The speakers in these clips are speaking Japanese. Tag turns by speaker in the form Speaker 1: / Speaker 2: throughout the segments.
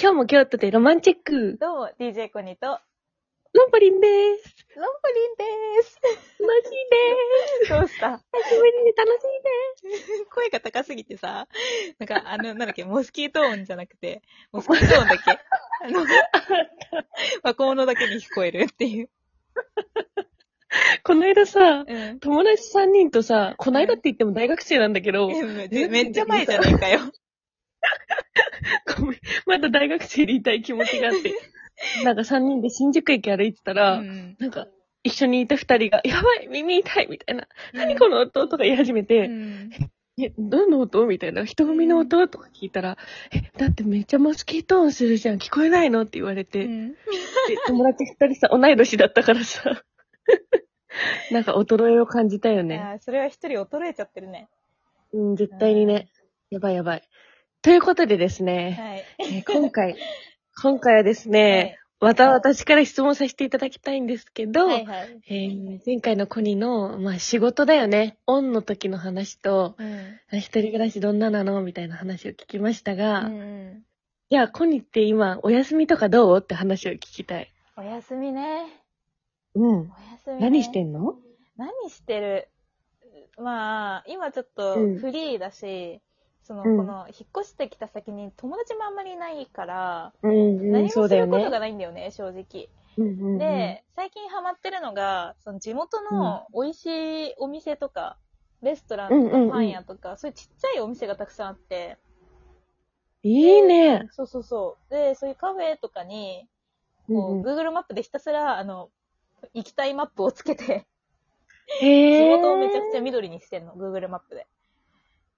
Speaker 1: 今日も京都でロマンチック、
Speaker 2: どうも、DJ コニーと、ロン
Speaker 1: ロンポリンです。
Speaker 2: ポリンです。
Speaker 1: 楽しいです。
Speaker 2: どうした
Speaker 1: 久しぶりに楽しいで
Speaker 2: 声が高すぎてさ、なんか、あの、なんだっけ、モスキート音じゃなくて、モスキート音だけ、あの、若者だけに聞こえるっていう。
Speaker 1: す。この間さ、
Speaker 2: うん。
Speaker 1: 友達3人とさ、この間って言っても大学生なんだけど、
Speaker 2: めめっちゃ前じゃないかよ。
Speaker 1: ごめんまだ大学生でいたい気持ちがあって、なんか3人で新宿駅歩いてたら、
Speaker 2: うん
Speaker 1: なんか一緒にいた2人が、やばい、耳痛いみたいな、何こ
Speaker 2: の
Speaker 1: の音とか言い始めて、
Speaker 2: うん。
Speaker 1: え、どの音みたいな。人混みの音とか聞いたら、え、だってめっちゃモスキート音するじゃん。聞こえないのって言われて。で、友達二人さ、同い年だったからさ。 なんか衰えを感じたよね。
Speaker 2: あーそれは一人衰えちゃってるね。
Speaker 1: うん、絶対にね。やばいやばい。ということでですね、
Speaker 2: はい。
Speaker 1: えー今 回、今回はですね、また私から質問させていただきたいんですけど、
Speaker 2: はいはい。
Speaker 1: えー前回のコニの、まあ、仕事だよね。オンの時の話と、
Speaker 2: うん。
Speaker 1: 一人暮らしどんななのみたいな話を聞きましたが、
Speaker 2: うん
Speaker 1: じゃあ、コニって今、お休みとかどうって話を聞きたい。
Speaker 2: おやすみね。
Speaker 1: うん。
Speaker 2: おやすみ、ね。
Speaker 1: 何してんの
Speaker 2: 何してるまあ、今ちょっと
Speaker 1: うん
Speaker 2: フリーだし、その、
Speaker 1: うん
Speaker 2: この、引っ越してきた先に友達もあんまりいないから、
Speaker 1: うん
Speaker 2: 何もすることがないんだよね、正直。
Speaker 1: うんうんうん、
Speaker 2: で、最近ハマってるのが、その地元の美味しいお店とか、レストラン
Speaker 1: うん
Speaker 2: と
Speaker 1: うんうん
Speaker 2: かパン屋とか、そういうちっちゃいお店がたくさんあって、
Speaker 1: いいね。
Speaker 2: そうそうそう。で、そういうカフェとかに、こう、
Speaker 1: うんうん
Speaker 2: Google マップでひたすら、あの、行きたいマップをつけて、地
Speaker 1: へえ。
Speaker 2: 元をめちゃくちゃ緑にしてんの、Google マップで。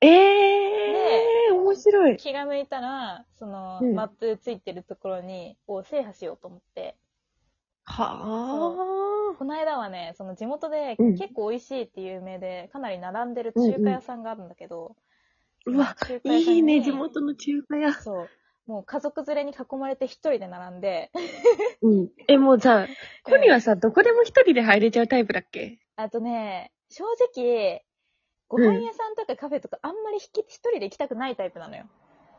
Speaker 1: ええー、面白い。
Speaker 2: 気が向いたら、その、
Speaker 1: うん
Speaker 2: マップついてるところに、を制覇しようと思って。
Speaker 1: はあ。
Speaker 2: この間はね、その地元で
Speaker 1: うん
Speaker 2: 結構美味しいっていう有名で、かなり並んでる中華屋さんがあるんだけど、
Speaker 1: うわ、
Speaker 2: 中華屋さんに
Speaker 1: いいね、地元の中華屋。
Speaker 2: そう。もう家族連れに囲まれて一人で並んで、
Speaker 1: うん。え、もうさ、コニはさ、どこでも一人で入れちゃうタイプだっけ
Speaker 2: あとね、正直、ご
Speaker 1: うん
Speaker 2: 飯屋さんとかカフェとかあんまりひき一人で行きたくないタイプなのよ。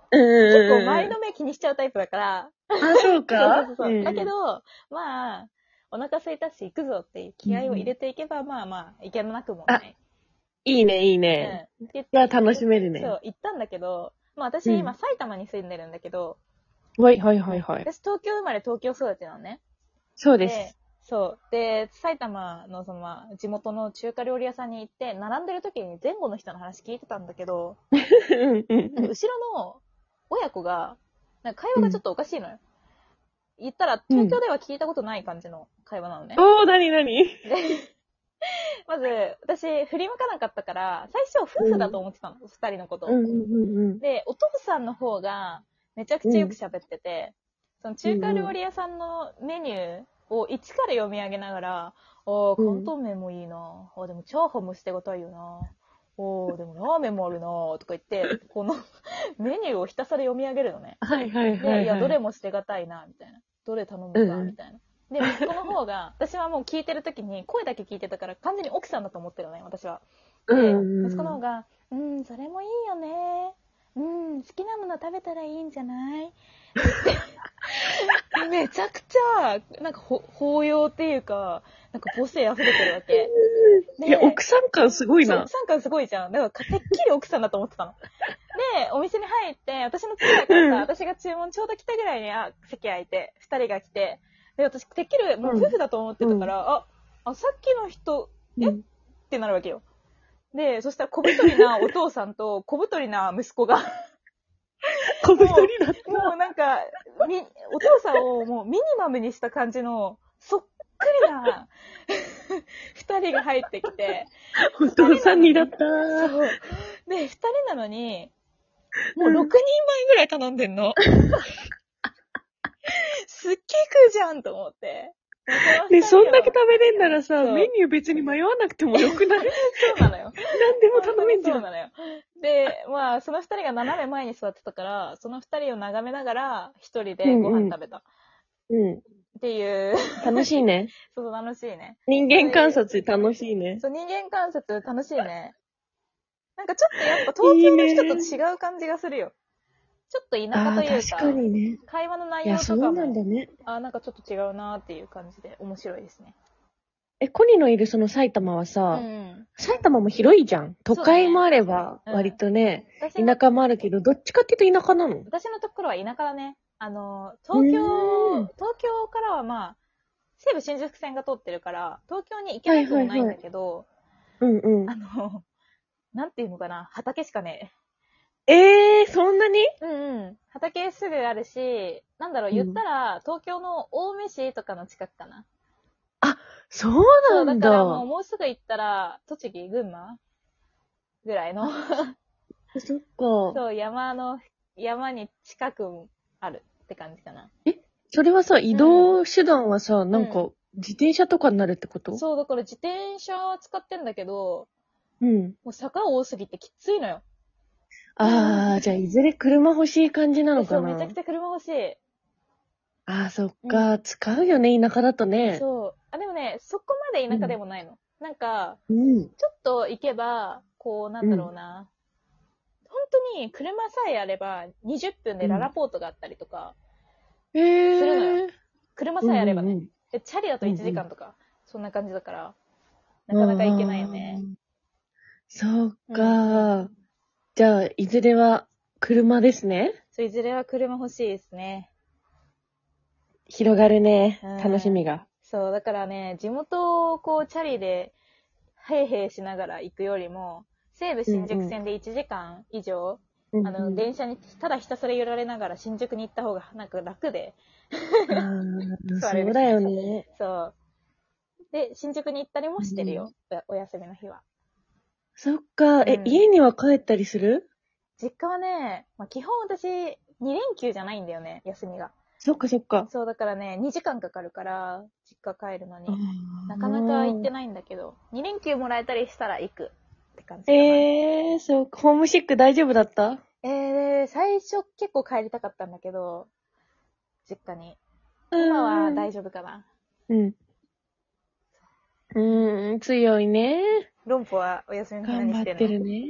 Speaker 1: うん
Speaker 2: 結構
Speaker 1: うん
Speaker 2: 周りの目気にしちゃうタイプだから。
Speaker 1: あ、そうか。
Speaker 2: そうそうそうそう。
Speaker 1: ん
Speaker 2: だけど、まあ、お腹空いたし行くぞっていう気合を入れていけば、まあまあ、いけなくもない。
Speaker 1: いいね、いいうね。
Speaker 2: ん。って言って
Speaker 1: じゃあ楽しめるね。
Speaker 2: そう、行ったんだけど、まあ私今埼玉に住んでるんだけど、
Speaker 1: はい、はい、はい、はい。
Speaker 2: 私東京生まれ東京育ちなのね。
Speaker 1: そうです。
Speaker 2: そう。で、埼玉のその、まあ、地元の中華料理屋さんに行って、並んでる時に前後の人の話聞いてたんだけど、
Speaker 1: うんうん
Speaker 2: 後ろの親子が、なんか会話がちょっとおかしいのよ。言ったら、東京では聞いたことない感じの会話なのね。
Speaker 1: おー、なになに
Speaker 2: まず、私、振り向かなかったから、最初夫婦だと思ってたの、二、人のこと、
Speaker 1: うんうんうん
Speaker 2: で、お父さんの方が、めちゃくちゃよく喋ってて、その中華料理屋さんのメニューを一から読み上げながら、ああ、
Speaker 1: うん
Speaker 2: 関東麺もいいなああ、でもチャーハンも捨てがたいよなおー、でもラーメンもあるなとか言って、この メニューをひたすら読み上げるのね。
Speaker 1: はいはいはい、は
Speaker 2: で、
Speaker 1: い。
Speaker 2: いや、どれも捨てがたいな、みたいな。どれ頼むか、
Speaker 1: うん
Speaker 2: みたいな。で、息子の方が、 私はもう聞いてる時に、声だけ聞いてたから、完全に奥さんだと思ってるのね、私は。で、
Speaker 1: うんうん
Speaker 2: 息子の方が、うん、それもいいよね。うん、好きなもの食べたらいいんじゃない って言ってめちゃくちゃ、なんかほ、包容っていうか、なんか母性溢れてるわけ。
Speaker 1: いや、奥さん感すごい
Speaker 2: そう
Speaker 1: な
Speaker 2: 奥。さん感すごいじゃん。だから、てっきり奥さんだと思ってたの。で、お店に入って、私の次だから
Speaker 1: う
Speaker 2: さ、
Speaker 1: ん
Speaker 2: 私が注文ちょうど来たぐらいに、あ、席空いて、二人が来て、で、私、てっきりもう夫婦だと思ってたから、あ、あ、さっきの人え
Speaker 1: うん
Speaker 2: ってなるわけよ。で、そしたら小太りなお父さんと小太りな息子 が、
Speaker 1: この一人だっ
Speaker 2: もうなんか、み、お父さんをもうミニマムにした感じの、そっくりな、二人が入ってきて、
Speaker 1: た。お父さんにだった。
Speaker 2: そう。で、二人なのに、もう6人前ぐらい頼んで んの。すっげえ食うじゃんと思って。
Speaker 1: で、そんだけ
Speaker 2: 食
Speaker 1: 食べれんならさ、
Speaker 2: そう
Speaker 1: メニュー別に迷わなくてもよくない
Speaker 2: べそうなのよ。
Speaker 1: 何でも頼めんじゃ。
Speaker 2: そうんなのよ。で、まあ、その二人が斜め前に座ってたから、その二人を眺めながら、一人でご飯食べた。っ
Speaker 1: うん。
Speaker 2: ていう、
Speaker 1: 楽しいね。
Speaker 2: そうそう楽しいね。
Speaker 1: 人間観察楽しいね。
Speaker 2: そう、人間観察楽しいね。なんかちょっとやっぱ東京の人と違う感じがするよ。ちょっと田
Speaker 1: あ
Speaker 2: 舎
Speaker 1: あ
Speaker 2: という
Speaker 1: ー、
Speaker 2: か、
Speaker 1: 確かにね。
Speaker 2: 会話の内
Speaker 1: い
Speaker 2: 容
Speaker 1: や、
Speaker 2: と
Speaker 1: そ
Speaker 2: か
Speaker 1: う
Speaker 2: も、
Speaker 1: なんだね。
Speaker 2: あなんかちょっと違うなっていう感じで面白いですね。
Speaker 1: え、コニのいるその埼玉は
Speaker 2: う
Speaker 1: さ、
Speaker 2: ん。
Speaker 1: 埼玉も広いじゃん。都会もあれば、
Speaker 2: そうねうん
Speaker 1: 割とね、
Speaker 2: 私の
Speaker 1: 田舎もあるけど、どっちかっていうと田舎なの
Speaker 2: 私のところは田舎だね。あの、東京、
Speaker 1: うん
Speaker 2: 東京からはまあ、西武新宿線が通ってるから、東京に行けなくもないんだけど、
Speaker 1: うんうん。
Speaker 2: あの、なんていうのかな、畑しかね
Speaker 1: ええー、そんなに
Speaker 2: え。うんうん。畑すぐあるし、なんだろう、言ったら、東京の青梅市とかの近くかな。
Speaker 1: そうな
Speaker 2: そ
Speaker 1: ん
Speaker 2: うだからも
Speaker 1: だ
Speaker 2: う。もうすぐ行ったら、栃木、群馬ぐらいの、
Speaker 1: そっか。
Speaker 2: そう、山の、山に近くあるって感じかな。
Speaker 1: それはさ、移動手段はさ、なんか、自転車とかになるってこと
Speaker 2: そう、だから自転車は使ってんだけど、
Speaker 1: うん。
Speaker 2: もう坂多すぎてきついのよ。
Speaker 1: ああ、じゃあ、いずれ車欲しい感じなの
Speaker 2: そ
Speaker 1: か
Speaker 2: う、め
Speaker 1: な
Speaker 2: ちゃくちゃ車欲しい。
Speaker 1: ああ、そっか。使うよね、田舎だとね。
Speaker 2: そう。あ、でもね、そこまで田舎でもないの。なんか、
Speaker 1: うん。
Speaker 2: ちょっと行けば、こう、なんだろうな。本当に、車さえあれば、20分でララポートがあったりとか、
Speaker 1: え
Speaker 2: するの
Speaker 1: えー。
Speaker 2: 車さえあればね。
Speaker 1: うんうんうん
Speaker 2: でチャリだと1時
Speaker 1: うんう
Speaker 2: 間とか、そんな感じだから、なかなか行けないよ
Speaker 1: あ
Speaker 2: ね。
Speaker 1: ー。そうか、じゃあ、いずれは車ですね。
Speaker 2: そう、いずれは車欲しいですね。
Speaker 1: 広がるね
Speaker 2: うん。
Speaker 1: 楽しみが。
Speaker 2: そう、だからね、地元をこう、チャリで、へいへいしながら行くよりも、西武新宿線で1時間以上、あ
Speaker 1: うんう
Speaker 2: の、
Speaker 1: ん
Speaker 2: 電車に、ただひたすら揺られながら新宿に行った方が、なんか楽で、
Speaker 1: あー
Speaker 2: 座れる
Speaker 1: そうだよね。
Speaker 2: そう。で、新宿に行ったりもしてるよ、おお休みの日は。
Speaker 1: そっか。え、
Speaker 2: うん
Speaker 1: 家には帰ったりする
Speaker 2: 実家はね、まあ、基本私、2連休じゃないんだよね、休みが。
Speaker 1: そっかそっか。
Speaker 2: そう、だからね、2時間かかるから、実家帰るのに。な
Speaker 1: な
Speaker 2: かなか行ってないんだけど、2連休もらえたりしたら行くって感じかな。
Speaker 1: ええー、そうか。ホームシック大丈夫だった
Speaker 2: えー最初結構帰りたかったんだけど、実家に。今は大丈夫かな。
Speaker 1: うん。うーん、強いね。
Speaker 2: 論破はお休みの日
Speaker 1: 頑
Speaker 2: 何
Speaker 1: 張
Speaker 2: し
Speaker 1: ってて
Speaker 2: んの
Speaker 1: るね。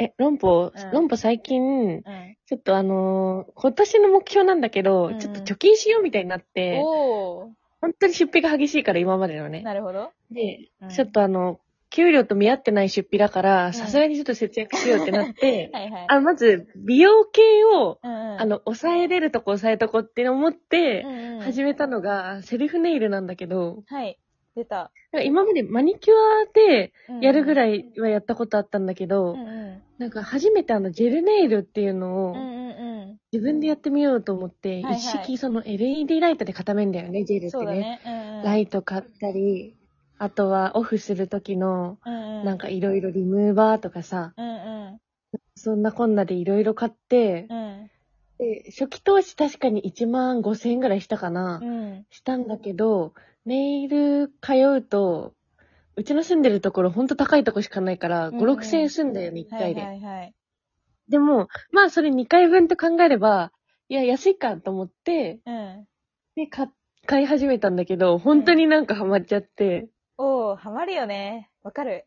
Speaker 1: え、ロンポ、
Speaker 2: うん
Speaker 1: ロンポ最近、
Speaker 2: うん。
Speaker 1: ちょっとあのー今年の目標なんだけど、
Speaker 2: うん
Speaker 1: ちょっと貯金しようみたいになって、
Speaker 2: お
Speaker 1: 本当に出費が激しいから、今までの
Speaker 2: ー。
Speaker 1: ね。
Speaker 2: なるほど。
Speaker 1: で、
Speaker 2: うん
Speaker 1: ちょっとあの、給料と見合ってない出費だか
Speaker 2: ん
Speaker 1: ら、さすがにちょっと節約しようってなって、
Speaker 2: はいはい。
Speaker 1: あまず、美容系を、
Speaker 2: うんうん、
Speaker 1: あの、抑えれるとこ抑えとこって思って、
Speaker 2: うんうん、
Speaker 1: 始めたのが、セルフネイルなんだけど、
Speaker 2: はい。出た。
Speaker 1: なんか今までマニキュアでやるぐ
Speaker 2: い。
Speaker 1: らいはやったことあったんだけど、
Speaker 2: うんうん。
Speaker 1: なんか初めてあのジェルネイルっていうの
Speaker 2: うんう
Speaker 1: を
Speaker 2: ん
Speaker 1: 自分でやってみようと思って、
Speaker 2: はいはい
Speaker 1: 一式その LED ライトで固めんだよね、ジェル
Speaker 2: う
Speaker 1: って
Speaker 2: ん。そうだ
Speaker 1: ね。
Speaker 2: ね。うんうん。
Speaker 1: ライト買ったり、あとはオフする時の、
Speaker 2: うんうん。
Speaker 1: なんかいろいろリムーバーとかさ、
Speaker 2: うんうん。
Speaker 1: そんなこんなでいろいろ買って、
Speaker 2: うん
Speaker 1: で初期投資確かに1万5千円ぐらいしたかな。
Speaker 2: うん。
Speaker 1: したんだけど、ネイル通うと、うちの住んでるところほんと高いとこしかないから、
Speaker 2: うん
Speaker 1: 5、
Speaker 2: うん
Speaker 1: 6千円住んだよね、1
Speaker 2: はい
Speaker 1: 回で。
Speaker 2: はいはい。
Speaker 1: でも、まあそれ2回分と考えれば、いや、安いかと思って、
Speaker 2: うん。
Speaker 1: で、買買い始めたんだけど、本当になんかハマっちゃって、
Speaker 2: おー、ハマるよね。わかる。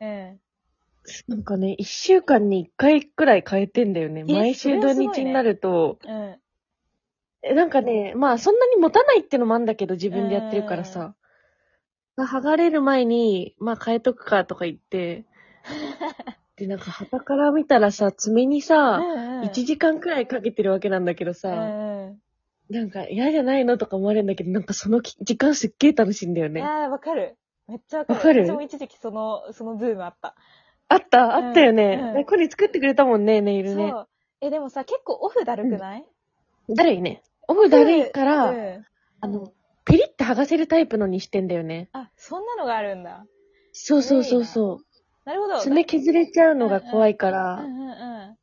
Speaker 2: うん。
Speaker 1: なんかね、1週間に1回くらい変えてんだよね。
Speaker 2: え
Speaker 1: 毎週
Speaker 2: そ
Speaker 1: 土
Speaker 2: れはすごいね
Speaker 1: 日になると、
Speaker 2: うん。
Speaker 1: えなんかね、まあそんなに持たないってのもあんだけど、自分でやってるからさ。剥がれる前に、まあ変えとくかとか言 って。で、なんか旗から見たらさ、爪にさ、
Speaker 2: うんうん
Speaker 1: 1時間くらいかけてるわけなんだけど
Speaker 2: う
Speaker 1: さ、
Speaker 2: んうん。
Speaker 1: なんか嫌じゃないのとか思われるんだけど、なんかそのき時間すっげえ楽しいんだよ
Speaker 2: い
Speaker 1: ね。
Speaker 2: やー、わかる。めっちゃわかる。
Speaker 1: わかる
Speaker 2: 私も一時期その、そのブームあった。
Speaker 1: あったあったよ
Speaker 2: うんうん
Speaker 1: ね。これ作ってくれたもんね、ネイルね
Speaker 2: そ。う。え、でもさ、結構オフだるくない、
Speaker 1: だるいね。オフだるいか
Speaker 2: うん
Speaker 1: ら、
Speaker 2: うん
Speaker 1: あの、ピリって剥がせるタイプのにしてんだよね。
Speaker 2: あ、そんなのがあるんだ。
Speaker 1: そうそうそうそう。
Speaker 2: なるほど。
Speaker 1: 爪削れちゃうのが怖いか
Speaker 2: うんう
Speaker 1: ら。
Speaker 2: んうん。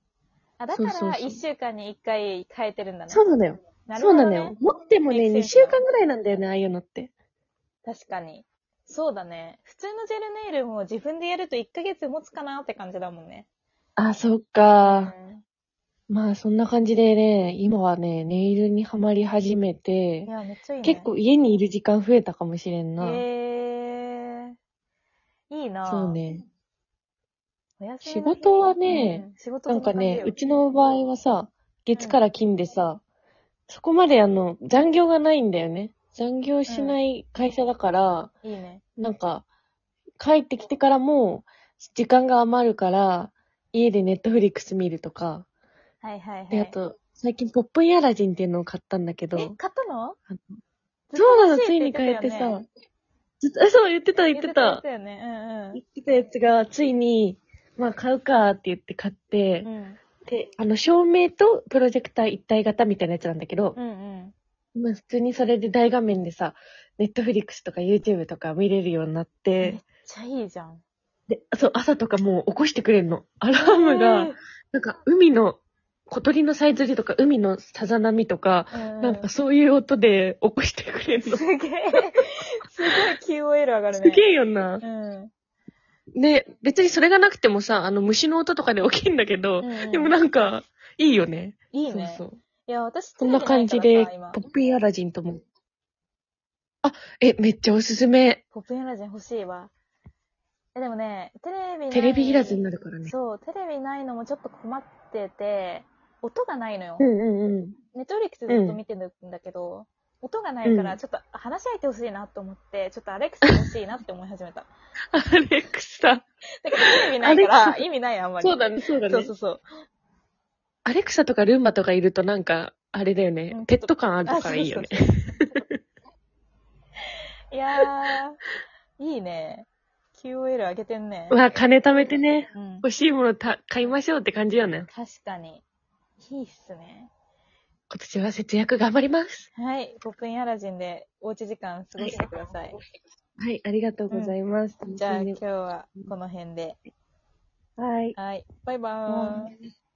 Speaker 2: あ、だか
Speaker 1: そうそう
Speaker 2: ら、
Speaker 1: そう
Speaker 2: 一週間に一回変えてるんだね。
Speaker 1: そうなのよ。
Speaker 2: なる
Speaker 1: そ
Speaker 2: ほ
Speaker 1: う
Speaker 2: ど
Speaker 1: な
Speaker 2: ね
Speaker 1: のよ。持ってもね、
Speaker 2: Makes sense
Speaker 1: 2週間ぐらいなんだよね、ああいうのって。
Speaker 2: 確かに。そうだね。普通のジェルネイルも自分でやると1ヶ月持つかなって感じだもんね。
Speaker 1: あ、そっ
Speaker 2: う
Speaker 1: か。
Speaker 2: ん
Speaker 1: まあ、そんな感じでね、今はね、ネイルにはまり始めて
Speaker 2: い、や、めっちゃいいね。
Speaker 1: 結構家にいる時間増えたかもしれんな。
Speaker 2: へえー。いいな
Speaker 1: そう。ね。
Speaker 2: お休みの日
Speaker 1: 仕事はね、
Speaker 2: うん仕事
Speaker 1: なんかね、うちの
Speaker 2: 合
Speaker 1: 場合はさ、月から金でさ、そこまであの、残業がないんだよね。残業しない会社だから、
Speaker 2: いいね。
Speaker 1: なんか、帰ってきてからも、時間が余るから、家でネットフリックス見るとか、
Speaker 2: はいはいはい。
Speaker 1: で、あと、最近ポップインアラジンっていうのを買ったんだけ
Speaker 2: え
Speaker 1: ど、、
Speaker 2: 買ったの
Speaker 1: あのそうなの、ついに
Speaker 2: 変
Speaker 1: 変
Speaker 2: え
Speaker 1: えてさ、ずっと、あそう、言ってた、言って
Speaker 2: 言ったて。たよね。うん
Speaker 1: 言ってたやつが、ついに、まあ買うかって言って買って、
Speaker 2: うん。うん。
Speaker 1: で、あの、照明とプロジェクター一体型みたいなやつなんだけど、
Speaker 2: うんうん。
Speaker 1: まあ普通にそれで大画面でさ、ネットフリックスとか YouTube とか見れるようになっ、
Speaker 2: めってちゃいいじゃん。
Speaker 1: で、そう、朝とかもう起こしてくれんの。アラームが、なんか海の、小鳥のさえずりとか海のさざ波とか、
Speaker 2: えー、
Speaker 1: なんかそういう音で起こしてくれん
Speaker 2: うん、
Speaker 1: の。
Speaker 2: すげえ、すげえ QOL 上がる
Speaker 1: す
Speaker 2: ね。
Speaker 1: げえよな
Speaker 2: う。ん。
Speaker 1: で、別にそれがなくてもさ、あの虫の音とかで起きんだけど、
Speaker 2: うんうん
Speaker 1: でもなんか、いいよね。
Speaker 2: いいね。
Speaker 1: そうそう。
Speaker 2: いや、私、
Speaker 1: こんな感じで、ポップインアラジンとも。あ、え、めっちゃおすすめ。
Speaker 2: ポップインラジン欲しいわ。え、でもね、テレビない
Speaker 1: テレビいらずになるからね。
Speaker 2: そう、テレビないのもちょっと困ってて、音がないのよ。
Speaker 1: んうんうん。
Speaker 2: ネットフリックスずっと見てるんだけど、音がないから、
Speaker 1: うん
Speaker 2: ちょっと話し相手欲しいなと思って、ちょっとアレクサ欲しいなって思い始め た。
Speaker 1: アレクサ。
Speaker 2: だからテレビないか
Speaker 1: アレ
Speaker 2: ら、意味ないあんまり。
Speaker 1: そうだね、そうだね。
Speaker 2: そうそうそう。
Speaker 1: アレクサとかルンバとかいるとなんか、あれだよね
Speaker 2: うん。
Speaker 1: ペット感あるからいいよね。
Speaker 2: あ。そうそう そういやー、いいね。QOL 上げてんね。
Speaker 1: まあ、金貯めてね、
Speaker 2: うん、
Speaker 1: 欲しいものた買いましょうって感じよね。
Speaker 2: 確かに。いいっすね。
Speaker 1: 今年は節約頑張ります。
Speaker 2: はい。ポップインアラジンでおうち時間過ごしてください。
Speaker 1: はい、ありがとうございます。
Speaker 2: じゃあ
Speaker 1: 楽しん
Speaker 2: 今
Speaker 1: で
Speaker 2: 日はこの辺で。
Speaker 1: はい。
Speaker 2: はい。バイバ
Speaker 1: は
Speaker 2: ーイ。
Speaker 1: い